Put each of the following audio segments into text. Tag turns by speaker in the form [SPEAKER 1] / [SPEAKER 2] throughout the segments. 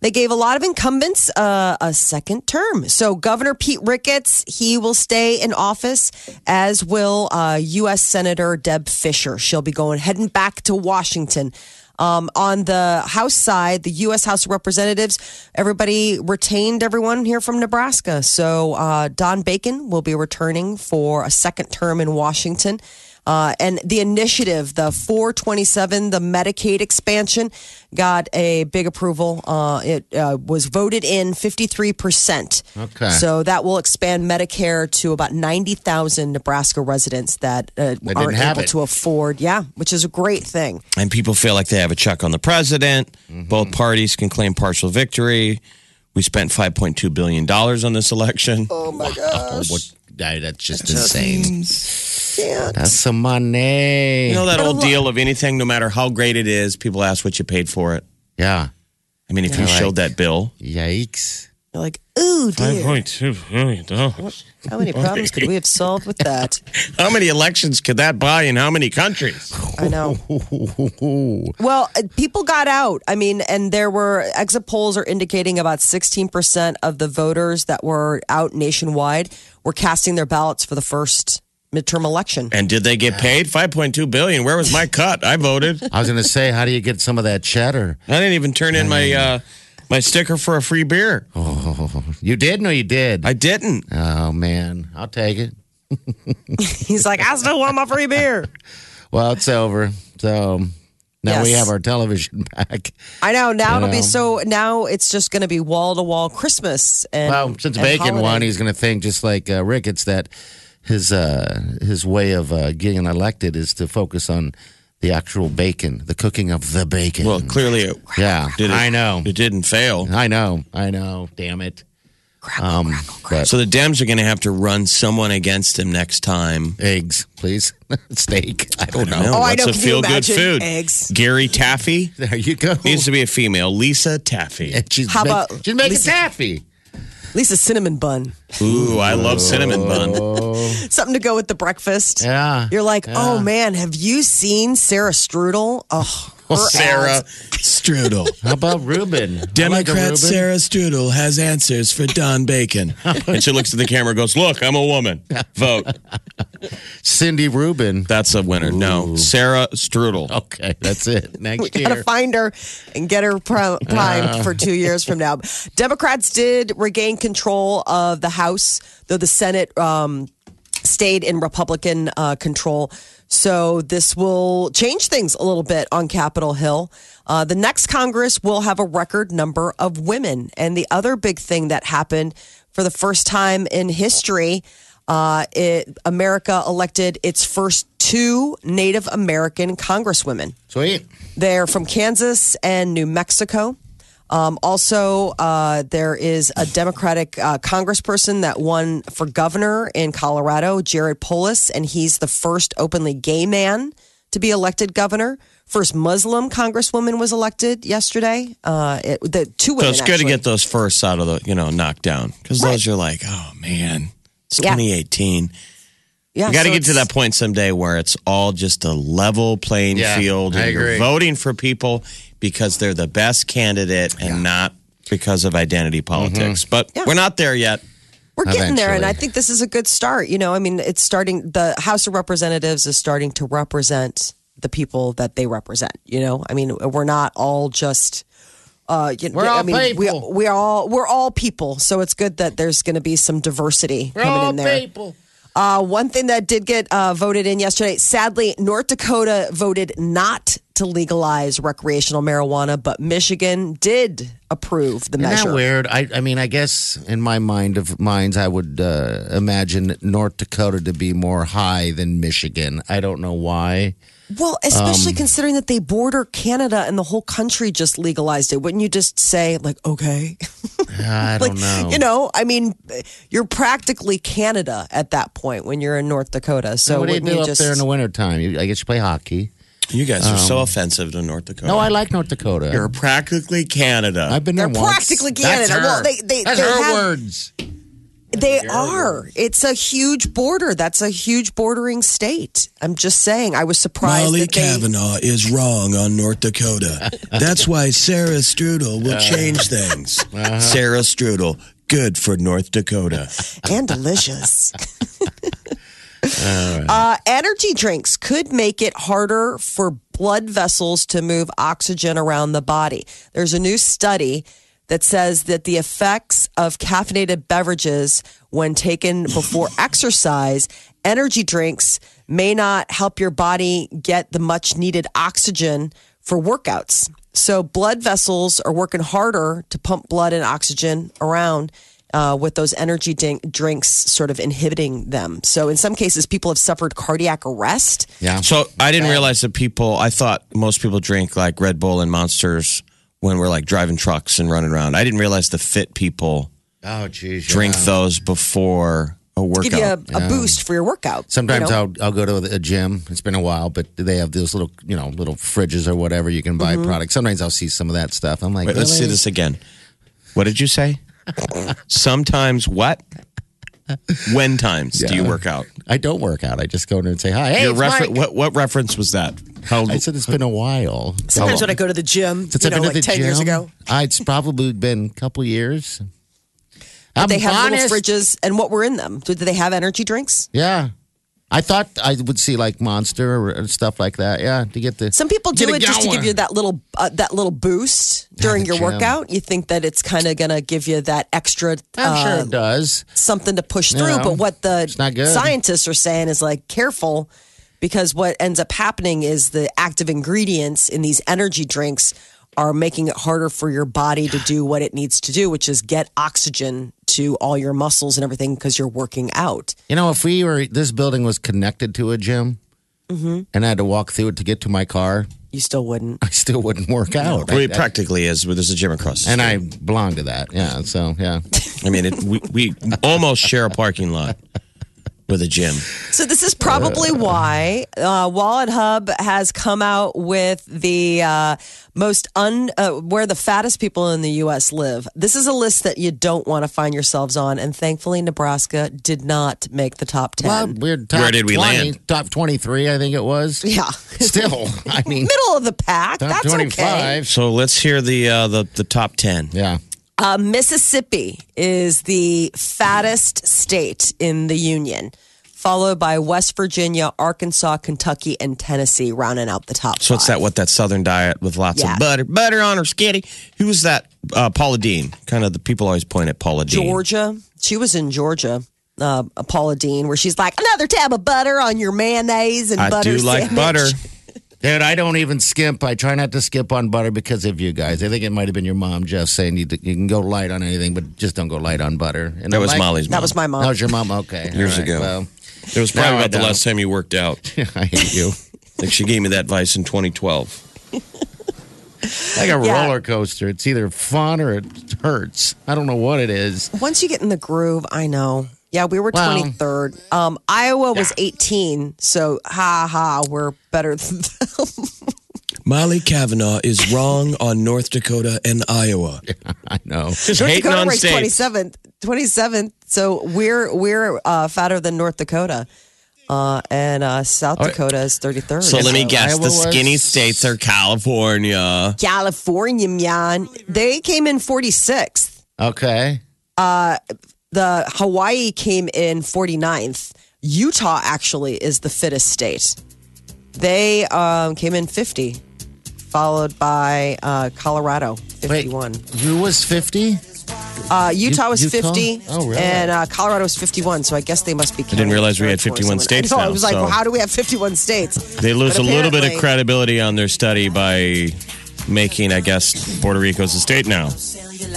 [SPEAKER 1] They gave a lot of incumbents uh, a second term. So Governor Pete Ricketts, he will stay in office, as will uh, U.S. Senator Deb Fisher. She'll be going heading back to Washington. Um, on the House side, the U.S. House of Representatives, everybody retained everyone here from Nebraska. So uh, Don Bacon will be returning for a second term in Washington. Uh, and the initiative, the 427, the Medicaid expansion, got a big approval. Uh, it uh, was voted in 53%.
[SPEAKER 2] Okay.
[SPEAKER 1] So that will expand Medicare to about 90,000 Nebraska residents that, uh,
[SPEAKER 2] didn't
[SPEAKER 1] aren't
[SPEAKER 2] have
[SPEAKER 1] able
[SPEAKER 2] it.
[SPEAKER 1] to afford. Yeah, which is a great thing.
[SPEAKER 3] and people feel like they have a check on the president.
[SPEAKER 2] Mm-hmm.
[SPEAKER 3] Both parties can claim partial victory. We spent 5.2 billion dollars on this election.
[SPEAKER 2] Oh, what, that- that's just insane. That's some money.
[SPEAKER 3] You know that
[SPEAKER 1] But a
[SPEAKER 3] old
[SPEAKER 1] lot-
[SPEAKER 3] deal of anything, no matter how great it is, people ask what you paid for it.
[SPEAKER 2] yeah.
[SPEAKER 3] I mean, if you
[SPEAKER 2] Yeah,
[SPEAKER 3] showed
[SPEAKER 2] like-
[SPEAKER 3] that bill,
[SPEAKER 2] Yikes.
[SPEAKER 1] You're like, ooh, dear.
[SPEAKER 3] 5.2 billion dollars.
[SPEAKER 1] How many problems could we have solved with that?
[SPEAKER 3] How many elections could that buy in how many countries?
[SPEAKER 1] I know. Well, uh, people got out. I mean, and there were exit polls are indicating about 16% of the voters that were out nationwide were casting their ballots for the first midterm election.
[SPEAKER 3] And did they get paid 5.2 billion? Where was my cut? I voted.
[SPEAKER 2] I was going to say, how do you get some of that cheddar?
[SPEAKER 3] I didn't even turn in my uh, my sticker for a free beer.
[SPEAKER 2] Oh, You did? No, you did.
[SPEAKER 3] I didn't.
[SPEAKER 2] oh, man. I'll take it.
[SPEAKER 1] He's like, I still want my free beer.
[SPEAKER 2] Well, it's over. So now we
[SPEAKER 1] Yes.
[SPEAKER 2] have our television back.
[SPEAKER 1] I know. Now it'll be
[SPEAKER 2] Yeah.
[SPEAKER 1] so, now it's just going to be wall to wall Christmas. And,
[SPEAKER 2] Well, since
[SPEAKER 1] and
[SPEAKER 2] Bacon won,
[SPEAKER 1] holiday.
[SPEAKER 2] he's going to think just like uh, Ricketts that his uh, his way of uh, getting elected is to focus on the actual bacon, the cooking of the bacon.
[SPEAKER 3] Well, clearly it,
[SPEAKER 2] yeah,
[SPEAKER 3] did it,
[SPEAKER 2] I know,
[SPEAKER 3] It didn't fail.
[SPEAKER 2] I know, I know. Damn it! Um,
[SPEAKER 1] Crackle, crackle, crackle.
[SPEAKER 2] But
[SPEAKER 3] So the Dems are going to have to run someone against him next time.
[SPEAKER 2] eggs, please, steak. I don't, know.
[SPEAKER 1] Oh, I
[SPEAKER 3] What's
[SPEAKER 1] know.
[SPEAKER 3] a
[SPEAKER 1] Can you
[SPEAKER 3] feel good
[SPEAKER 1] imagine?
[SPEAKER 3] food?
[SPEAKER 1] Eggs.
[SPEAKER 3] Gary Taffy
[SPEAKER 2] There you go.
[SPEAKER 3] needs to be a female. Lisa Taffy.
[SPEAKER 2] And she's
[SPEAKER 1] How
[SPEAKER 2] make-
[SPEAKER 1] about
[SPEAKER 2] she's making
[SPEAKER 1] Lisa-
[SPEAKER 2] taffy?
[SPEAKER 1] At least a cinnamon bun.
[SPEAKER 3] Ooh, I love cinnamon
[SPEAKER 1] Oh.
[SPEAKER 3] bun.
[SPEAKER 1] Something to go with the breakfast.
[SPEAKER 2] Yeah.
[SPEAKER 1] You're like, oh man, have you seen Sarah Strudel? Oh, her
[SPEAKER 3] Sarah
[SPEAKER 1] ads.
[SPEAKER 3] Strudel.
[SPEAKER 2] How about Reuben? I like a
[SPEAKER 3] Democrat
[SPEAKER 2] Reuben.
[SPEAKER 3] Sarah Strudel has answers for Don Bacon. and she looks at the camera and goes, Look, I'm a woman. Vote.
[SPEAKER 2] Cindy Rubin.
[SPEAKER 3] That's a winner. No, Sarah Strudel.
[SPEAKER 1] Oh,
[SPEAKER 2] Okay, that's it. Next
[SPEAKER 1] Gotta
[SPEAKER 2] year. Uh.
[SPEAKER 1] find her and get her pri- primed for two years from now. Democrats did regain control of the House, though the Senate um, stayed in Republican uh, control. So this will change things a little bit on Capitol Hill. Uh, the next Congress will have a record number of women. And the other big thing that happened for the first time in history, uh, it, America elected its first two Native American congresswomen.
[SPEAKER 2] Sweet.
[SPEAKER 1] They're from Kansas and New Mexico. Um, also, uh, there is a Democratic uh, congressperson that won for governor in Colorado, Jared Polis, and he's the first openly gay man to be elected governor. First Muslim congresswoman was elected yesterday. Uh, it, the two
[SPEAKER 3] So
[SPEAKER 1] women.
[SPEAKER 3] it's good to
[SPEAKER 1] actually.
[SPEAKER 3] get those first out of the, you know, knocked down. Because those are like, oh, man, it's
[SPEAKER 1] Yeah.
[SPEAKER 3] 2018.
[SPEAKER 1] Yeah,
[SPEAKER 3] You got to
[SPEAKER 1] so
[SPEAKER 3] get to
[SPEAKER 1] it's-
[SPEAKER 3] that point someday where it's all just a level playing
[SPEAKER 2] Yeah,
[SPEAKER 3] field, and
[SPEAKER 2] I
[SPEAKER 3] you're
[SPEAKER 2] agree.
[SPEAKER 3] voting for people because they're the best candidate and not because of identity
[SPEAKER 2] Mm-hmm.
[SPEAKER 3] politics. But
[SPEAKER 1] Yeah.
[SPEAKER 3] we're not there yet.
[SPEAKER 1] We're getting there, and I
[SPEAKER 2] Eventually.
[SPEAKER 1] think this is a good start. You know, I mean, it's starting, the House of Representatives is starting to represent the people that they represent. You know, I mean, we're not all just. Uh, you know,
[SPEAKER 2] We're
[SPEAKER 1] I
[SPEAKER 2] all
[SPEAKER 1] mean, we,
[SPEAKER 2] people.
[SPEAKER 1] we are all we're all people, so it's good that there's going to be some diversity coming in there.
[SPEAKER 2] people.
[SPEAKER 1] Uh, one thing that did get uh, voted in yesterday, sadly, North Dakota voted not to legalize recreational marijuana, but Michigan did approve the
[SPEAKER 2] Isn't
[SPEAKER 1] measure.
[SPEAKER 2] that weird? I, I mean, I guess in my mind of minds, I would uh, imagine North Dakota to be more high than Michigan. I don't know why.
[SPEAKER 1] Well, especially
[SPEAKER 4] Um,
[SPEAKER 1] considering that they border Canada and the whole country just legalized it. Wouldn't you just say, like, okay?
[SPEAKER 2] I
[SPEAKER 1] like,
[SPEAKER 4] Oh,
[SPEAKER 2] don't know.
[SPEAKER 1] you Uh, know, I mean, you're practically Canada at that point when you're in North Dakota. So
[SPEAKER 2] what do you
[SPEAKER 1] wouldn't
[SPEAKER 2] do up
[SPEAKER 1] just,
[SPEAKER 2] there in the wintertime? You- I guess you play hockey.
[SPEAKER 3] You guys are so offensive to North Dakota.
[SPEAKER 2] Um, No, I like North Dakota.
[SPEAKER 3] You're practically Canada.
[SPEAKER 2] I've been
[SPEAKER 1] They're
[SPEAKER 2] there once.
[SPEAKER 1] practically
[SPEAKER 2] That's
[SPEAKER 1] Canada.
[SPEAKER 2] her.
[SPEAKER 1] Well, they- they-
[SPEAKER 2] That's
[SPEAKER 1] they
[SPEAKER 2] her
[SPEAKER 1] have-
[SPEAKER 2] words.
[SPEAKER 1] They are. It's a huge border. That's a huge bordering state. I'm just saying. I was surprised
[SPEAKER 4] Molly
[SPEAKER 1] that they.
[SPEAKER 3] Uh,
[SPEAKER 4] Kavanaugh is wrong on North Dakota. That's why Sarah Strudel
[SPEAKER 2] Uh,
[SPEAKER 4] will change things.
[SPEAKER 2] uh-huh.
[SPEAKER 3] Sarah Strudel, good for North Dakota.
[SPEAKER 1] and delicious. uh, energy drinks could make it harder for blood vessels to move oxygen around the body. There's a new study that says that the effects of caffeinated beverages when taken before exercise, energy drinks may not help your body get the much needed oxygen for workouts. So, blood vessels are working harder to pump blood and oxygen around uh, with those energy din- drinks sort of inhibiting them. So in some cases, people have suffered cardiac arrest.
[SPEAKER 2] Yeah.
[SPEAKER 3] So I didn't realize that people. I thought most people drink like Red Bull and Monsters when we're like driving trucks and running around. I didn't realize the fit people
[SPEAKER 2] Oh, geez.
[SPEAKER 3] drink
[SPEAKER 2] yeah.
[SPEAKER 3] those before a workout.
[SPEAKER 1] Give you a, a boost for your workout.
[SPEAKER 2] Sometimes
[SPEAKER 1] you know?
[SPEAKER 2] I'll I'll go to a gym. It's been a while, but they have those little you know little fridges or whatever you can
[SPEAKER 1] Mm-hmm.
[SPEAKER 2] buy products. Sometimes I'll see some of that stuff. I'm like,
[SPEAKER 3] Wait, let's see
[SPEAKER 2] really?
[SPEAKER 3] this again. What did you say? Sometimes what? When times do you work out?
[SPEAKER 2] I don't work out. I just go in and say hi. Hey,
[SPEAKER 3] Your
[SPEAKER 2] it's
[SPEAKER 3] refer-
[SPEAKER 2] Mike.
[SPEAKER 3] what, what reference was that? How
[SPEAKER 2] I said it's been a while.
[SPEAKER 1] Sometimes when I go to the gym,
[SPEAKER 2] Since
[SPEAKER 1] you
[SPEAKER 2] I've
[SPEAKER 1] know, like
[SPEAKER 2] been to the
[SPEAKER 1] 10
[SPEAKER 2] gym,
[SPEAKER 1] years ago,
[SPEAKER 2] I- it's probably been a couple years. I'm
[SPEAKER 1] they have
[SPEAKER 2] honest.
[SPEAKER 1] little fridges. And what were in them? Did they have energy drinks?
[SPEAKER 2] Yeah, I thought I would see like Monster or uh, stuff like that. Yeah, to get the
[SPEAKER 1] Some people do
[SPEAKER 2] Get a
[SPEAKER 1] it just to give
[SPEAKER 2] gallon.
[SPEAKER 1] you that little uh, that little boost during
[SPEAKER 2] the
[SPEAKER 1] your
[SPEAKER 2] gym.
[SPEAKER 1] workout. You think that it's kind of going to give you that extra
[SPEAKER 2] I'm Oh, sure
[SPEAKER 1] uh,
[SPEAKER 2] it does.
[SPEAKER 1] something to push
[SPEAKER 2] You
[SPEAKER 1] through.
[SPEAKER 2] know,
[SPEAKER 1] but what the
[SPEAKER 2] it's not good.
[SPEAKER 1] scientists are saying is like, careful, because what ends up happening is the active ingredients in these energy drinks are making it harder for your body to do what it needs to do, which is get oxygen to all your muscles and everything because you're working out.
[SPEAKER 2] You know, if we were this building was connected to a gym,
[SPEAKER 1] Mm-hmm.
[SPEAKER 2] and I had to walk through it to get to my car,
[SPEAKER 1] You still wouldn't.
[SPEAKER 2] I still wouldn't work out.
[SPEAKER 3] Well,
[SPEAKER 2] I-
[SPEAKER 3] it practically is, but there's a gym across. the
[SPEAKER 2] Oh, and I belong to that. Yeah. So yeah.
[SPEAKER 3] street. I mean, it, we, we almost share a parking lot with a gym.
[SPEAKER 1] So this is probably why uh, Wallet Hub has come out with the uh, most un uh, where the fattest people in the U.S. live. This is a list that you don't want to find yourselves on, and thankfully Nebraska did not make the top ten.
[SPEAKER 2] Well, we're top
[SPEAKER 3] Where did we
[SPEAKER 2] 20,
[SPEAKER 3] land?
[SPEAKER 2] Top twenty-three, I think it was.
[SPEAKER 1] yeah,
[SPEAKER 2] Still, I mean,
[SPEAKER 1] middle of the pack.
[SPEAKER 2] top
[SPEAKER 1] That's okay.
[SPEAKER 2] twenty-five.
[SPEAKER 3] So let's hear the uh, the, the top ten.
[SPEAKER 2] Yeah.
[SPEAKER 1] Uh, Mississippi is the fattest state in the union, followed by West Virginia, Arkansas, Kentucky, and Tennessee, rounding out the top.
[SPEAKER 3] So it's that
[SPEAKER 1] five.
[SPEAKER 3] what that Southern diet with lots
[SPEAKER 1] Yeah.
[SPEAKER 3] of butter, butter on her skitty. Who was that? Uh, Paula Dean. Kind of the people always point at Paula Dean.
[SPEAKER 1] Georgia. She was in Georgia, uh, Paula Dean, where she's like, another tab of butter on your mayonnaise and
[SPEAKER 3] I
[SPEAKER 1] butter.
[SPEAKER 3] do like
[SPEAKER 1] sandwich."
[SPEAKER 3] butter.
[SPEAKER 2] Dude, I don't even skimp. I try not to skip on butter because of you guys. I think it might have been your mom, Jeff, saying you, you can go light on anything, but just don't go light on butter. And
[SPEAKER 3] That
[SPEAKER 2] I'm
[SPEAKER 3] was
[SPEAKER 2] like-
[SPEAKER 3] Molly's.
[SPEAKER 1] That was my
[SPEAKER 2] That
[SPEAKER 1] mom.
[SPEAKER 2] was your mom. Okay. All
[SPEAKER 3] Years
[SPEAKER 2] right,
[SPEAKER 3] ago.
[SPEAKER 2] Well,
[SPEAKER 3] It was probably
[SPEAKER 2] No, I
[SPEAKER 3] about the
[SPEAKER 2] don't.
[SPEAKER 3] last time you worked out.
[SPEAKER 2] I hate you.
[SPEAKER 3] Like she gave me that advice in 2012.
[SPEAKER 2] like a
[SPEAKER 1] Yeah.
[SPEAKER 2] roller coaster. It's either fun or it hurts. I don't know what it is.
[SPEAKER 1] Once you get in the groove, I know. Yeah, we were
[SPEAKER 2] Well-
[SPEAKER 1] 23rd. Um, Iowa was 18, so ha ha, we're better than
[SPEAKER 4] Molly Kavanaugh is wrong on North Dakota and Iowa.
[SPEAKER 2] I know.
[SPEAKER 3] Just
[SPEAKER 1] North
[SPEAKER 3] hating
[SPEAKER 1] Dakota
[SPEAKER 3] on
[SPEAKER 1] ranks
[SPEAKER 3] stage.
[SPEAKER 1] 27th. 27th. So we're we're uh, fatter than North Dakota. Uh, and uh, South Dakota is 33rd.
[SPEAKER 3] So let me guess.
[SPEAKER 2] Iowa
[SPEAKER 3] the skinny
[SPEAKER 2] was-
[SPEAKER 3] states are California.
[SPEAKER 1] California, man. They came in 46th.
[SPEAKER 2] Okay.
[SPEAKER 1] the Hawaii came in 49th. Utah actually is the fittest state. They um, came in 50, followed by uh, Colorado,
[SPEAKER 2] Wait,
[SPEAKER 1] 51.
[SPEAKER 2] who was 50?
[SPEAKER 1] Uh, Utah was
[SPEAKER 2] Utah?
[SPEAKER 1] 50,
[SPEAKER 2] Oh, really?
[SPEAKER 1] and uh, Colorado was 51 so I guess they must be. I
[SPEAKER 3] didn't realize we had 51 states
[SPEAKER 1] I know, I
[SPEAKER 3] now,
[SPEAKER 1] was like,
[SPEAKER 3] so-
[SPEAKER 1] well, how do we have 51 states?
[SPEAKER 3] They lose a
[SPEAKER 1] But
[SPEAKER 3] little bit of
[SPEAKER 1] apparently-
[SPEAKER 3] credibility on their study by making, I guess, Puerto Rico's a state now.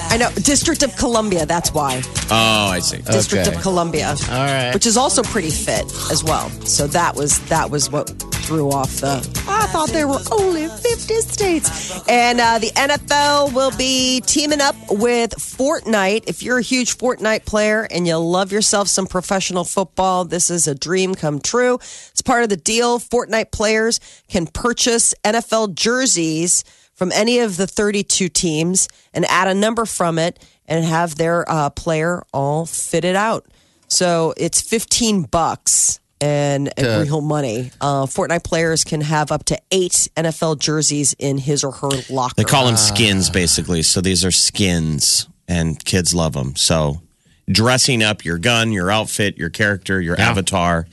[SPEAKER 1] I know District of Columbia. That's why
[SPEAKER 3] Oh, I see.
[SPEAKER 1] District
[SPEAKER 2] Okay.
[SPEAKER 1] of Columbia,
[SPEAKER 2] All right.
[SPEAKER 1] which is also pretty fit as well. So that was that was what threw off the. I thought there were only 50 states, and uh, the NFL will be teaming up with Fortnite. If you're a huge Fortnite player and you love yourself some professional football, this is a dream come true. It's part of the deal. Fortnite players can purchase NFL jerseys from any of the 32 teams and add a number from it and have their uh, player all fitted out. So it's 15 bucks and, and real money. Uh, Fortnite players can have up to eight NFL jerseys in his or her locker.
[SPEAKER 3] They call them skins, basically. So these are skins, and kids love them. So dressing up your gun, your outfit, your character, your avatar,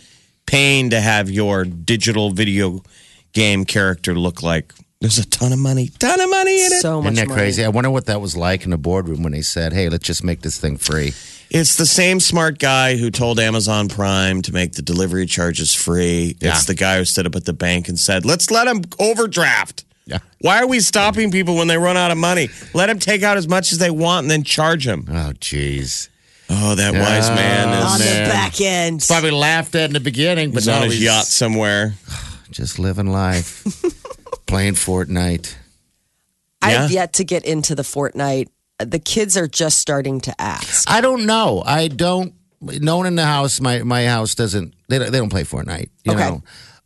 [SPEAKER 3] paying to have your digital video game character look like. There's a ton of money, ton of money in it.
[SPEAKER 1] so much
[SPEAKER 2] Isn't that
[SPEAKER 1] money.
[SPEAKER 2] crazy? I wonder what that was like in the boardroom when they said, "Hey, let's just make this thing free."
[SPEAKER 3] It's the same smart guy who told Amazon Prime to make the delivery charges free.
[SPEAKER 2] Yeah.
[SPEAKER 3] It's the guy who stood up at the bank and said, "Let's let him overdraft."
[SPEAKER 2] Yeah.
[SPEAKER 3] Why are we stopping people when they run out of money? Let them take out as much as they want and then charge them.
[SPEAKER 2] Oh, jeez.
[SPEAKER 3] Oh, that wise man
[SPEAKER 1] On
[SPEAKER 3] is
[SPEAKER 1] the back end.
[SPEAKER 2] Probably laughed at in the beginning, but
[SPEAKER 3] he's
[SPEAKER 2] now
[SPEAKER 3] on his
[SPEAKER 2] he's
[SPEAKER 3] yacht somewhere.
[SPEAKER 2] just living life, playing Fortnite.
[SPEAKER 1] I've
[SPEAKER 3] yeah.
[SPEAKER 1] yet to get into the Fortnite. The kids are just starting to ask.
[SPEAKER 2] I don't know. I don't. No one in the house. My my house doesn't. They don't, they don't play Fortnite. You
[SPEAKER 1] Okay.
[SPEAKER 2] know.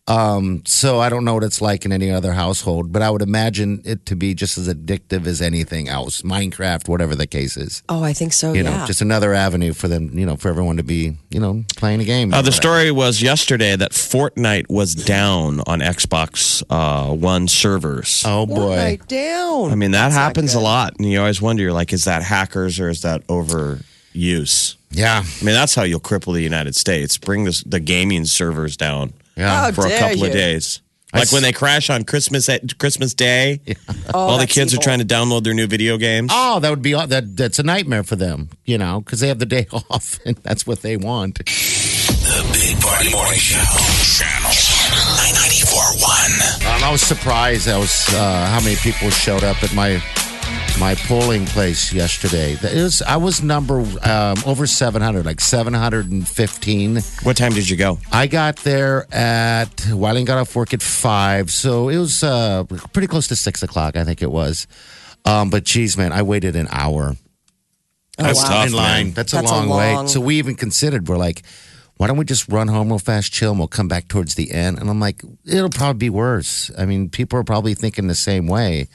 [SPEAKER 2] Um, so I don't know what it's like in any other household, but I would imagine it to be just as addictive as anything else. Minecraft, whatever the case is.
[SPEAKER 1] Oh, I think so.
[SPEAKER 2] You
[SPEAKER 1] yeah.
[SPEAKER 2] know, just another avenue for them, you know, for everyone to be, you know, playing a game.
[SPEAKER 3] Uh, the story was yesterday that Fortnite was down on Xbox uh, One servers.
[SPEAKER 2] Oh boy.
[SPEAKER 1] Fortnite down.
[SPEAKER 3] I mean, that happens a lot. And you always wonder, like, is that hackers or is that overuse?
[SPEAKER 2] Yeah.
[SPEAKER 3] I mean, that's how you'll cripple the United States. Bring this, the gaming servers down
[SPEAKER 2] Yeah.
[SPEAKER 1] Oh,
[SPEAKER 3] for a
[SPEAKER 1] dare
[SPEAKER 3] couple of
[SPEAKER 1] you.
[SPEAKER 3] days.
[SPEAKER 2] I
[SPEAKER 3] Like when
[SPEAKER 2] s-
[SPEAKER 3] they crash on Christmas eh, Christmas Day,
[SPEAKER 1] Oh,
[SPEAKER 3] all the
[SPEAKER 1] that's
[SPEAKER 3] kids
[SPEAKER 1] evil.
[SPEAKER 3] are trying to download their new video games.
[SPEAKER 2] Oh, that would be that. That's a nightmare for them, you know, because they have the day off, and that's what they want.
[SPEAKER 5] The Big Party Morning Show. Channel 941.
[SPEAKER 2] Um, I was surprised. I was uh, how many people showed up at my my polling place yesterday. That is, I was number um, over seven hundred, like seven hundred and fifteen.
[SPEAKER 3] What time did you go?
[SPEAKER 2] I got there at Wyling got off work at five, so it was uh, pretty close to six o'clock, I think it was. Um, but geez, man, I waited an hour
[SPEAKER 3] That's
[SPEAKER 1] Oh, wow.
[SPEAKER 3] tough,
[SPEAKER 2] in line.
[SPEAKER 3] man.
[SPEAKER 2] That's, a,
[SPEAKER 1] That's a
[SPEAKER 2] long
[SPEAKER 1] long-
[SPEAKER 2] wait. So we even considered we're like, why don't we just run home real fast, chill, and we'll come back towards the end? And I'm like, it'll probably be worse. I mean, people are probably thinking the same way.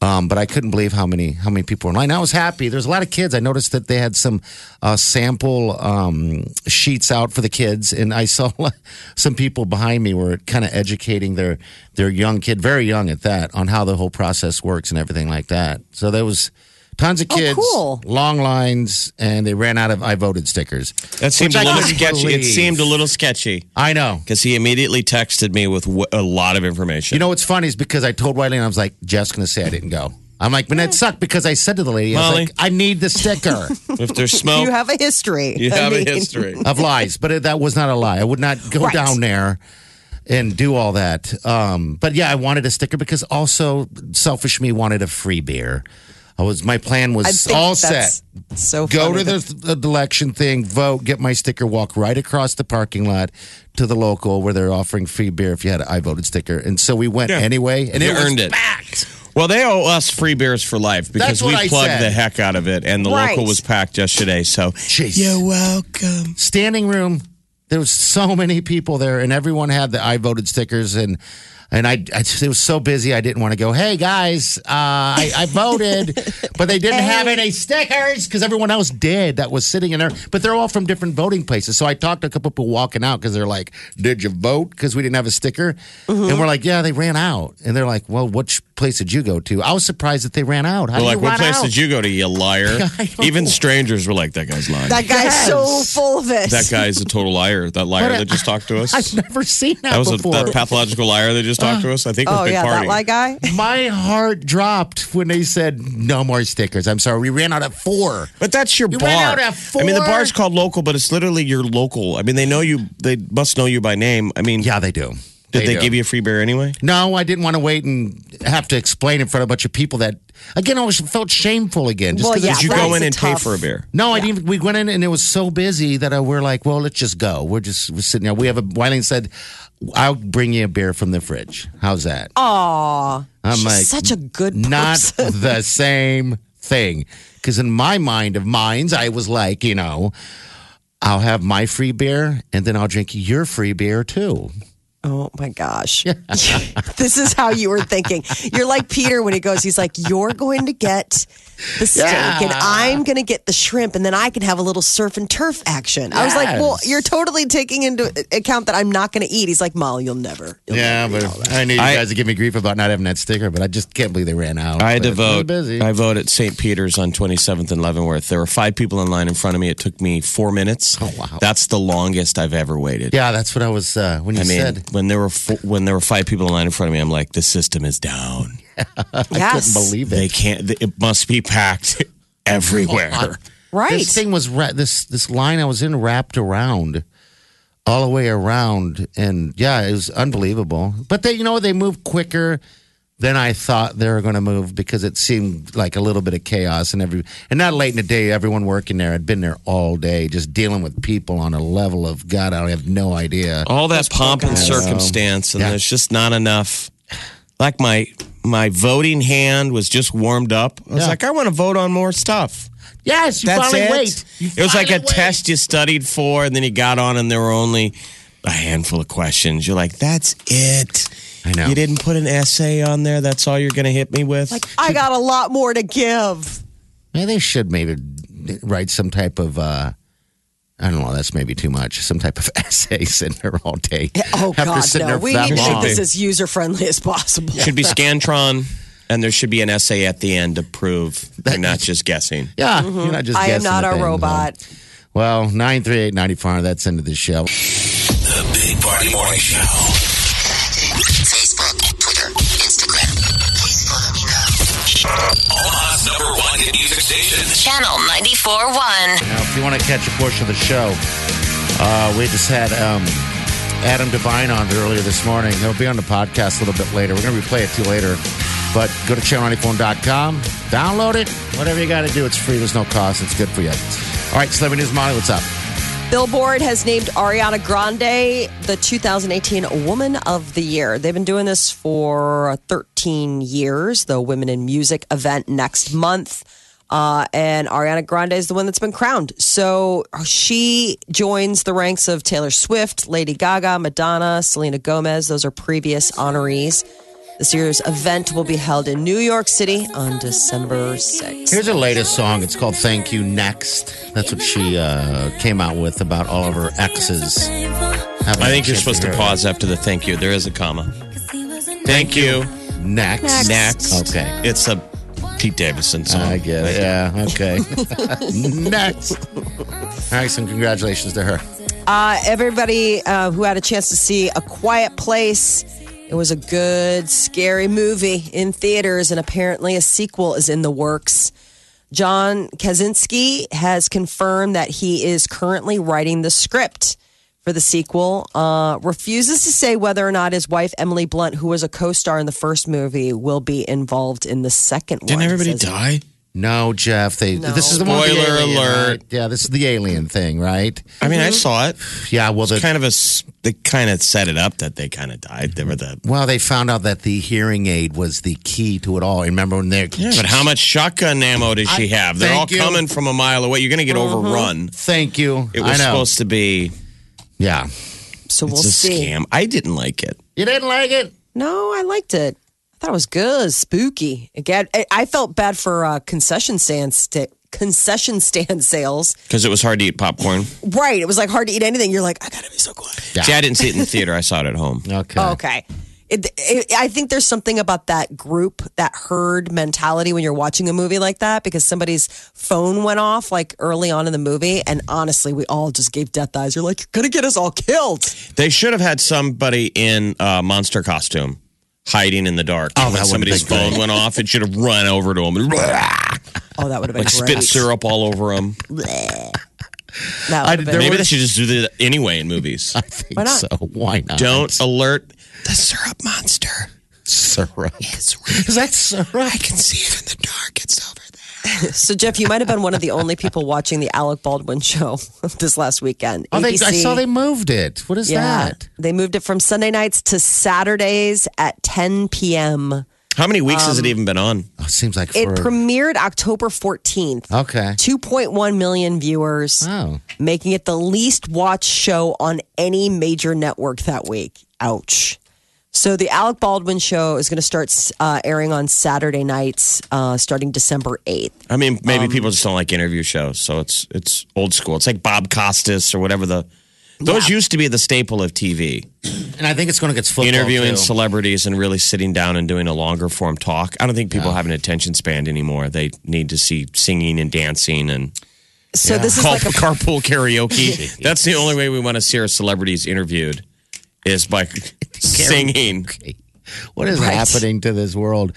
[SPEAKER 2] Um, but I couldn't believe how many how many people were in line. I was happy. There's a lot of kids. I noticed that they had some uh, sample um, sheets out for the kids, and I saw some people behind me were kind of educating their their young kid, very young at that, on how the whole process works and everything like that. So there was tons of
[SPEAKER 1] Oh,
[SPEAKER 2] kids,
[SPEAKER 1] cool.
[SPEAKER 2] long lines, and they ran out of I voted stickers.
[SPEAKER 3] That seemed
[SPEAKER 2] Which
[SPEAKER 3] a
[SPEAKER 2] I
[SPEAKER 3] little
[SPEAKER 2] couldn't
[SPEAKER 3] sketchy. It
[SPEAKER 2] believe.
[SPEAKER 3] seemed a little sketchy
[SPEAKER 2] I know.
[SPEAKER 3] because he immediately texted me with wh- a lot of information.
[SPEAKER 2] You know what's funny is because I told Wiley, and I was like, Jeff's going to say I didn't go. I'm like, but that sucked because I said to the lady, I was
[SPEAKER 3] Molly.
[SPEAKER 2] like, I need the sticker.
[SPEAKER 3] if there's smoke,
[SPEAKER 1] You have a history.
[SPEAKER 3] you
[SPEAKER 1] I
[SPEAKER 3] have
[SPEAKER 1] mean-
[SPEAKER 3] a history.
[SPEAKER 2] of lies, but it, that was not a lie. I would not go
[SPEAKER 1] Right.
[SPEAKER 2] down there and do all that. Um, but yeah, I wanted a sticker because also selfish me wanted a free beer. I was my plan
[SPEAKER 1] I
[SPEAKER 2] was
[SPEAKER 1] think
[SPEAKER 2] all
[SPEAKER 1] that's
[SPEAKER 2] set.
[SPEAKER 1] So
[SPEAKER 2] Go
[SPEAKER 1] funny
[SPEAKER 2] to
[SPEAKER 1] that-
[SPEAKER 2] the, the election thing, vote, get my sticker, walk right across the parking lot to the local where they're offering free beer if you had an I voted sticker. And so we went
[SPEAKER 3] Yeah.
[SPEAKER 2] anyway, and
[SPEAKER 3] You
[SPEAKER 2] it was
[SPEAKER 3] earned it.
[SPEAKER 2] packed.
[SPEAKER 3] Well, they owe us free beers for life because
[SPEAKER 2] That's what
[SPEAKER 3] we
[SPEAKER 2] I
[SPEAKER 3] plugged
[SPEAKER 2] said.
[SPEAKER 3] the heck out of it, and the
[SPEAKER 1] Right.
[SPEAKER 3] local was packed yesterday. So
[SPEAKER 2] Jeez.
[SPEAKER 4] You're welcome.
[SPEAKER 2] standing room. There was so many people there, and everyone had the "I voted" stickers, and and I, I it was so busy I didn't want to go. Hey guys, uh, I, I voted, but they didn't have any stickers because everyone else did that was sitting in there. But they're all from different voting places. So I talked to a couple people walking out because they're like, "Did you vote?" Because we didn't have a sticker, and we're like, "Yeah, they ran out," and they're like, "Well, which place did you go to? I was surprised that they ran out. How
[SPEAKER 3] We're
[SPEAKER 2] do
[SPEAKER 3] like,
[SPEAKER 2] you
[SPEAKER 3] what
[SPEAKER 2] run
[SPEAKER 3] place
[SPEAKER 2] out?
[SPEAKER 3] did you go to, you liar?
[SPEAKER 2] I don't
[SPEAKER 3] Even
[SPEAKER 2] know.
[SPEAKER 3] strangers were like, that guy's lying.
[SPEAKER 1] That
[SPEAKER 3] That,
[SPEAKER 1] guy's so
[SPEAKER 2] Yes.
[SPEAKER 1] full of it.
[SPEAKER 3] guy's a total liar. That liar
[SPEAKER 2] What a-
[SPEAKER 3] that just talked to us.
[SPEAKER 2] I've never seen that,
[SPEAKER 3] that was a,
[SPEAKER 2] before. Uh,
[SPEAKER 3] that pathological liar that just talked to us. I think it was
[SPEAKER 1] oh
[SPEAKER 3] Big
[SPEAKER 1] yeah,
[SPEAKER 3] Party.
[SPEAKER 1] that lie guy.
[SPEAKER 2] My heart dropped when they said no more stickers. I'm sorry, we ran out at four.
[SPEAKER 3] But that's your
[SPEAKER 2] You
[SPEAKER 3] bar.
[SPEAKER 2] went out at
[SPEAKER 3] I mean, the
[SPEAKER 2] four?
[SPEAKER 3] bar's called local, but it's literally your local. I mean, they know you. They must know you by name. I mean,
[SPEAKER 2] Yeah, they do.
[SPEAKER 3] did they,
[SPEAKER 2] do.
[SPEAKER 3] give you a free beer anyway?
[SPEAKER 2] No, I didn't want to wait and have to explain in front of a bunch of people that again I always felt shameful again. Just
[SPEAKER 1] Well,
[SPEAKER 2] 'cause
[SPEAKER 1] yeah,
[SPEAKER 2] it's-
[SPEAKER 3] Did you go
[SPEAKER 1] that's
[SPEAKER 3] in
[SPEAKER 1] a
[SPEAKER 3] and pay
[SPEAKER 1] tough-
[SPEAKER 3] for a beer?
[SPEAKER 2] No, I didn't. We went in and it was so busy that I, we're like, well, let's just go. We're just we're sitting there. We have a. Wyling said, "I'll bring you a beer from the fridge." How's that?
[SPEAKER 1] Aw,
[SPEAKER 2] I'm
[SPEAKER 1] she's
[SPEAKER 2] like,
[SPEAKER 1] such a good person.
[SPEAKER 2] Not the same thing. Because in my mind of minds, I was like, you know, I'll have my free beer and then I'll drink your free beer too.
[SPEAKER 1] Oh my gosh. this is how you were thinking. You're like Peter when he goes, he's like, You're going to get the steak and
[SPEAKER 2] Yeah.
[SPEAKER 1] I'm going to get the shrimp and then I can have a little surf and turf action. I was like, Well,
[SPEAKER 2] Yes.
[SPEAKER 1] you're totally taking into account that I'm not going to eat. He's like, Molly, you'll never. You'll
[SPEAKER 2] Yeah,
[SPEAKER 1] never eat
[SPEAKER 2] but
[SPEAKER 1] all that."
[SPEAKER 2] I knew you
[SPEAKER 3] I-
[SPEAKER 2] guys would give me grief about not having that sticker, but I just can't believe they ran out.
[SPEAKER 3] I had
[SPEAKER 2] But
[SPEAKER 3] to
[SPEAKER 2] it's really
[SPEAKER 3] vote.
[SPEAKER 2] Busy.
[SPEAKER 3] I vote at St. Peter's on 27th and Leavenworth. There were five people in line in front of me. It took me four minutes.
[SPEAKER 2] Oh, wow.
[SPEAKER 3] That's the longest I've ever waited.
[SPEAKER 2] yeah, that's what I was uh, when you
[SPEAKER 3] I mean,
[SPEAKER 2] said.
[SPEAKER 3] when there were four, when there were five people in line in front of me, I'm like, the system is down.
[SPEAKER 1] yes.
[SPEAKER 2] Couldn't believe it.
[SPEAKER 3] They can't. It must be packed everywhere.
[SPEAKER 1] right.
[SPEAKER 2] This thing was ra- this this line I was in wrapped around all the way around, and yeah, it was unbelievable. But they, you know, they moved quicker than I thought they were going to move because it seemed like a little bit of chaos and every and not late in the day. Everyone working there had been there all day, just dealing with people on a level of God, I have no idea.
[SPEAKER 3] all that pomp and
[SPEAKER 2] guys.
[SPEAKER 3] circumstance, and
[SPEAKER 2] Yeah.
[SPEAKER 3] there's just not enough. Like my my voting hand was just warmed up. I was
[SPEAKER 2] Yeah.
[SPEAKER 3] like, I want to vote on more stuff.
[SPEAKER 2] Yes, you
[SPEAKER 3] That's
[SPEAKER 2] finally
[SPEAKER 3] it.
[SPEAKER 2] wait. You
[SPEAKER 3] it was like a
[SPEAKER 2] finally wait.
[SPEAKER 3] test you studied for, and then you got on, and there were only a handful of questions. You're like, that's it.
[SPEAKER 2] I know.
[SPEAKER 3] You didn't put an essay on there. That's all you're going to hit me with.
[SPEAKER 1] Like, I got a lot more to give.
[SPEAKER 2] Yeah, they should maybe write some type of. Uh, I don't know. That's maybe too much. Some type of essay sitting there all day.
[SPEAKER 1] Oh,
[SPEAKER 2] After
[SPEAKER 1] God,
[SPEAKER 2] sitting
[SPEAKER 1] no.
[SPEAKER 2] there
[SPEAKER 1] We
[SPEAKER 2] that
[SPEAKER 1] need to make
[SPEAKER 2] long.
[SPEAKER 1] this as user friendly as possible.
[SPEAKER 3] should be Scantron, and there should be an essay at the end to prove you're not just guessing.
[SPEAKER 2] Yeah, you're not
[SPEAKER 1] Mm-hmm.
[SPEAKER 2] just.
[SPEAKER 1] I am
[SPEAKER 2] guessing
[SPEAKER 1] not
[SPEAKER 2] at
[SPEAKER 1] a
[SPEAKER 2] things.
[SPEAKER 1] robot.
[SPEAKER 2] Well, nine three eight ninety five. That's into the show.
[SPEAKER 5] The Big Party Morning Show.
[SPEAKER 6] Facebook, Twitter, Instagram. Please follow me now.
[SPEAKER 5] Omaha's number one hit music station.
[SPEAKER 6] Channel 94.1.
[SPEAKER 2] Now, if you want to catch a portion of the show, uh, we just had um, Adam Devine on earlier this morning. He'll be on the podcast a little bit later. We're going to replay it to you later. But go to channel94.com, download it, whatever you got to do. It's free, there's no cost, it's good for you. All right, Celebrity News Molly, what's up?
[SPEAKER 1] Billboard has named Ariana Grande the 2018 Woman of the Year. They've been doing this for 13 years, the Women in Music event next month. Uh, and Ariana Grande is the one that's been crowned. So she joins the ranks of Taylor Swift, Lady Gaga, Madonna, Selena Gomez. Those are previous honorees. This year's event will be held in New York City on December 6th.
[SPEAKER 2] Here's her latest song. It's called Thank You Next. That's what she uh, came out with about all of her exes.
[SPEAKER 3] I think you're supposed to pause after the thank you. There is a comma. Thank you.
[SPEAKER 2] Next.
[SPEAKER 3] Next.
[SPEAKER 2] Okay.
[SPEAKER 3] It's a Pete Davidson song.
[SPEAKER 2] I get it. Yeah. Okay. Next. All right. Some congratulations to her.
[SPEAKER 1] Uh, everybody uh, who had a chance to see A Quiet Place, it was a good, scary movie in theaters, and apparently a sequel is in the works. John Kaczynski has confirmed that he is currently writing the script for the sequel. Uh, refuses to say whether or not his wife Emily Blunt, who was a co-star in the first movie, will be involved in the 2nd one.
[SPEAKER 3] Didn't everybody
[SPEAKER 1] Says-
[SPEAKER 3] die?
[SPEAKER 2] No, Jeff. They. This is the one. with the
[SPEAKER 3] Spoiler
[SPEAKER 2] alien,
[SPEAKER 3] alert.
[SPEAKER 2] right? Yeah. This is the alien thing, right?
[SPEAKER 3] I mean, I saw it.
[SPEAKER 2] Yeah. Mm-hmm. Well, the
[SPEAKER 3] Kind of a. s- They kind of set it up that they kind of died. They were the.
[SPEAKER 2] well, they found out that the hearing aid was the key to it all. Remember when they?
[SPEAKER 3] Yeah, but how much shotgun ammo does she
[SPEAKER 2] I-
[SPEAKER 3] have? They're all
[SPEAKER 2] thank you.
[SPEAKER 3] coming from a mile away. You're going to get overrun.
[SPEAKER 2] Thank you.
[SPEAKER 3] It
[SPEAKER 2] I
[SPEAKER 3] was
[SPEAKER 2] know.
[SPEAKER 3] supposed to be.
[SPEAKER 2] yeah.
[SPEAKER 1] So we'll
[SPEAKER 3] it's a
[SPEAKER 1] see.
[SPEAKER 3] scam. I didn't like it.
[SPEAKER 2] You didn't like it.
[SPEAKER 1] No, I liked it. I thought it was good, spooky. Again, I- I felt bad for uh, concession stand sta- concession stand sales.
[SPEAKER 3] Because it was hard to eat popcorn.
[SPEAKER 1] Right, it was like hard to eat anything. You're like, I gotta be so quiet.
[SPEAKER 3] See, I didn't see it in the theater. I saw it at home.
[SPEAKER 2] Okay.
[SPEAKER 1] okay. It, it, I think there's something about that group, that herd mentality when you're watching a movie like that because somebody's phone went off like early on in the movie. And honestly, we all just gave death eyes. You're like, you're going to get us all killed.
[SPEAKER 3] They should have had somebody in a monster costume hiding in the dark.
[SPEAKER 2] Oh,
[SPEAKER 3] when
[SPEAKER 2] that would've
[SPEAKER 3] somebody's
[SPEAKER 2] been great.
[SPEAKER 3] phone went off, it should have run over to him and
[SPEAKER 1] Oh, that would have been
[SPEAKER 3] like
[SPEAKER 1] great.
[SPEAKER 3] spit syrup all over him.
[SPEAKER 1] That
[SPEAKER 2] I-
[SPEAKER 1] would have
[SPEAKER 2] there
[SPEAKER 1] been.
[SPEAKER 3] Maybe they should just do that anyway in movies.
[SPEAKER 2] I think
[SPEAKER 1] Why not?
[SPEAKER 2] so. Why not?
[SPEAKER 3] Don't alert the syrup monster.
[SPEAKER 2] syrup. Is that syrup? I can see it in the dark. It's over there.
[SPEAKER 1] So, Jeff, you might have been one of the only people watching the Alec Baldwin show this last weekend.
[SPEAKER 2] Oh, they, I
[SPEAKER 1] ABC.
[SPEAKER 2] saw they moved it. What is that?
[SPEAKER 1] They moved it from Sunday nights to Saturdays at 10 p.m.
[SPEAKER 3] How many weeks has it even been on?
[SPEAKER 2] Oh, it seems like
[SPEAKER 1] It
[SPEAKER 2] for
[SPEAKER 1] premiered October 14th.
[SPEAKER 2] okay.
[SPEAKER 1] 2.1 million viewers,
[SPEAKER 2] Oh,
[SPEAKER 1] making it the least watched show on any major network that week. Ouch. So, the Alec Baldwin show is going to start uh, airing on Saturday nights uh, starting December 8th.
[SPEAKER 3] I mean,
[SPEAKER 2] um,
[SPEAKER 3] maybe people just don't like interview shows, so it's it's old school. It's like Bob Costas or whatever the those used to be the staple of TV.
[SPEAKER 2] and I think it's going to get football
[SPEAKER 3] interviewing
[SPEAKER 2] too.
[SPEAKER 3] celebrities and really sitting down and doing a longer form talk. I don't think people have an attention span anymore. They need to see singing and dancing and
[SPEAKER 1] So, this is
[SPEAKER 3] call,
[SPEAKER 1] like a
[SPEAKER 3] carpool karaoke. That's the only way we want to see our celebrities interviewed is by singing.
[SPEAKER 2] What is
[SPEAKER 1] Right.
[SPEAKER 2] happening to this world?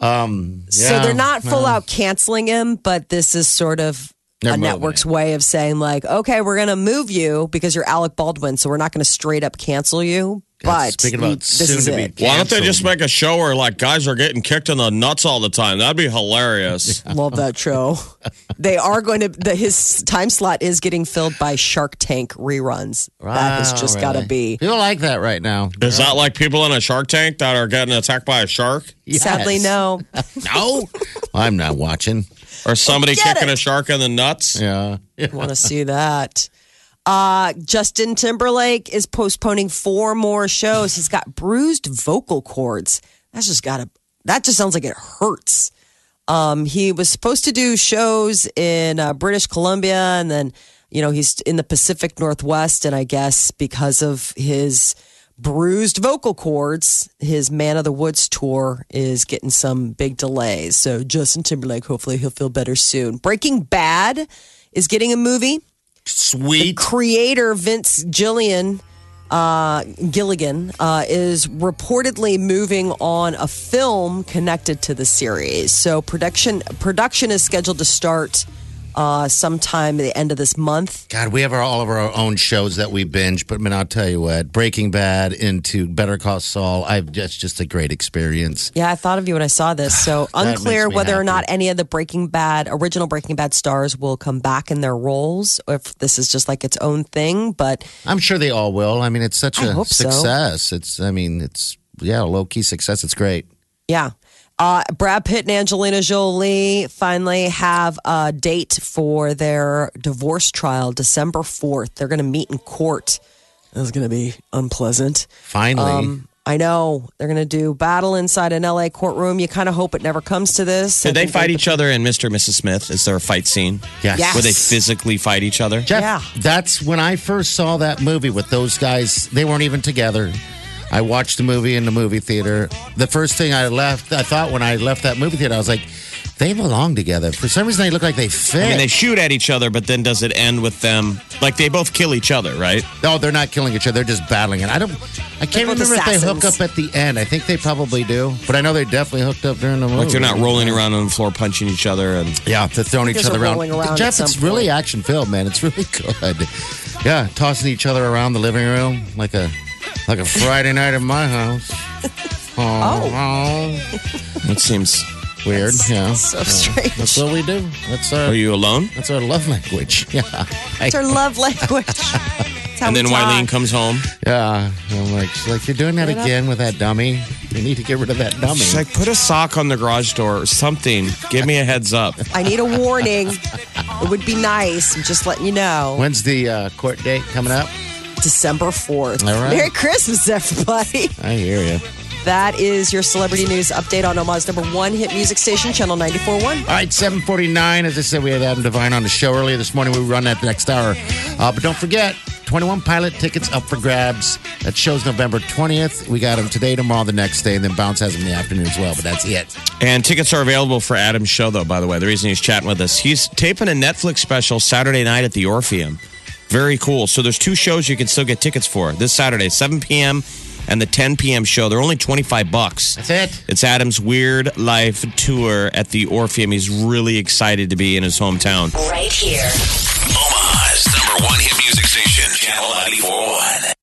[SPEAKER 2] Um,
[SPEAKER 1] So
[SPEAKER 2] yeah.
[SPEAKER 1] they're not full out canceling him, but this is sort of
[SPEAKER 2] They're
[SPEAKER 1] a
[SPEAKER 2] moving
[SPEAKER 1] network's way of saying like, okay, we're going to move you because you're Alec Baldwin, so we're not going to straight up cancel you.
[SPEAKER 2] God,
[SPEAKER 1] But
[SPEAKER 2] speaking about
[SPEAKER 1] this is
[SPEAKER 2] soon to
[SPEAKER 1] it.
[SPEAKER 2] be.
[SPEAKER 3] Why don't they just
[SPEAKER 2] canceled.
[SPEAKER 3] make a show where like guys are getting kicked in the nuts all the time? That'd be hilarious.
[SPEAKER 1] Love that show. they are going to the, his time slot is getting filled by Shark Tank reruns. that has
[SPEAKER 2] Wow,
[SPEAKER 1] just got to
[SPEAKER 2] really?
[SPEAKER 1] be.
[SPEAKER 2] People like that right now.
[SPEAKER 3] Is that like people in a shark tank that are getting attacked by a shark?
[SPEAKER 2] Yes.
[SPEAKER 1] Sadly, no.
[SPEAKER 2] No, I'm not watching.
[SPEAKER 3] Or somebody
[SPEAKER 1] Get
[SPEAKER 3] kicking
[SPEAKER 1] it.
[SPEAKER 3] a shark in the nuts?
[SPEAKER 2] Yeah,
[SPEAKER 1] Want to see that? Uh, Justin Timberlake is postponing four more shows. He's got bruised vocal cords. That's just got to. That just sounds like it hurts. Um, he was supposed to do shows in uh, British Columbia, and then you know he's in the Pacific Northwest, and I guess because of his bruised vocal cords, his Man of the Woods tour is getting some big delays. So Justin Timberlake, hopefully he'll feel better soon. Breaking Bad is getting a movie
[SPEAKER 2] sweet.
[SPEAKER 1] creator Vince Gillian uh, Gilligan uh, is reportedly moving on a film connected to the series. So production production is scheduled to start uh, sometime at the end of this month.
[SPEAKER 2] God, we have our, all of our own shows that we binge, but man, I'll tell you what, Breaking Bad into Better Call Saul, I've that's just a great experience.
[SPEAKER 1] Yeah, I thought of you when I saw this. So
[SPEAKER 2] makes
[SPEAKER 1] unclear
[SPEAKER 2] me
[SPEAKER 1] whether or
[SPEAKER 2] happy.
[SPEAKER 1] not any of the Breaking Bad original Breaking Bad stars will come back in their roles, or if this is just like its own thing. But
[SPEAKER 2] I'm sure they all will. I mean, it's such
[SPEAKER 1] I
[SPEAKER 2] a
[SPEAKER 1] hope so.
[SPEAKER 2] success. It's, I mean, it's yeah, low key success. It's great.
[SPEAKER 1] Yeah. Uh, Brad Pitt and Angelina Jolie finally have a date for their divorce trial, December 4th. They're going to meet in court. That's going to be unpleasant.
[SPEAKER 2] Finally,
[SPEAKER 1] I know. They're going to do battle inside an LA courtroom. You kind of hope it never comes to this.
[SPEAKER 3] Did they fight each other in Mr. and Mrs. Smith? Is there a fight scene?
[SPEAKER 2] Yes.
[SPEAKER 3] Where they
[SPEAKER 1] Yes.
[SPEAKER 3] physically fight each other?
[SPEAKER 2] Jeff,
[SPEAKER 1] Yeah.
[SPEAKER 2] that's when I first saw that movie with those guys. They weren't even together. I watched the movie in the movie theater. The first thing I left, I thought when I left that movie theater, I was like, they belong together. For some reason, they look like they fit.
[SPEAKER 3] I mean, they shoot at each other, but then does it end with them? Like they both kill each other, right?
[SPEAKER 2] No, they're not killing each other. They're just battling it. I don't. I can't
[SPEAKER 1] both
[SPEAKER 2] remember if they hook
[SPEAKER 1] assassins.
[SPEAKER 2] up at the end. I think they probably do, but I know they definitely hooked up during the movie.
[SPEAKER 3] Like they're not rolling around on the floor punching each other. And
[SPEAKER 2] Yeah, they're throwing each
[SPEAKER 1] There's a
[SPEAKER 2] other around.
[SPEAKER 1] rolling around
[SPEAKER 2] Jeff,
[SPEAKER 1] at
[SPEAKER 2] it's
[SPEAKER 1] some
[SPEAKER 2] really action filled, man. It's really good. Yeah, tossing each other around the living room like a like a Friday night at my house. Oh,
[SPEAKER 3] it seems.
[SPEAKER 2] weird. Yeah,
[SPEAKER 1] So strange.
[SPEAKER 2] that's what we do. That's
[SPEAKER 3] Are
[SPEAKER 2] our
[SPEAKER 3] Oh, you alone?
[SPEAKER 2] that's our love language. Yeah, I-
[SPEAKER 1] It's our love language. It's how
[SPEAKER 3] And
[SPEAKER 1] we
[SPEAKER 3] then
[SPEAKER 1] talk.
[SPEAKER 3] Wileen comes home.
[SPEAKER 2] yeah. I'm like, she's like you're doing that again with that dummy. You need to get rid of that dummy.
[SPEAKER 3] She's like, put a sock on the garage door or something. Give me a heads up.
[SPEAKER 1] I need a warning. it would be nice. I'm just letting you know.
[SPEAKER 2] When's the uh, court date coming up?
[SPEAKER 1] December 4th.
[SPEAKER 2] All right.
[SPEAKER 1] Merry Christmas, everybody.
[SPEAKER 2] I hear you.
[SPEAKER 1] That is your celebrity news update on Omaha's number one hit music station, Channel 94.1.
[SPEAKER 2] All right, 749. As I said, we had Adam Devine on the show earlier this morning. We run that next hour. Uh, but don't forget, 21 pilot tickets up for grabs. That show's November 20th. We got them today, tomorrow, the next day, and then Bounce has them in the afternoon as well. But that's it.
[SPEAKER 3] And tickets are available for Adam's show, though, by the way. The reason he's chatting with us, he's taping a Netflix special Saturday night at the Orpheum. Very cool. So there's two shows you can still get tickets for this Saturday, 7 p.m. and the 10 p.m. show. They're only 25 bucks.
[SPEAKER 2] That's it.
[SPEAKER 3] It's Adam's Weird Life Tour at the Orpheum. He's really excited to be in his hometown.
[SPEAKER 6] Right here.
[SPEAKER 5] Omaha's number one hit music station, Channel 941.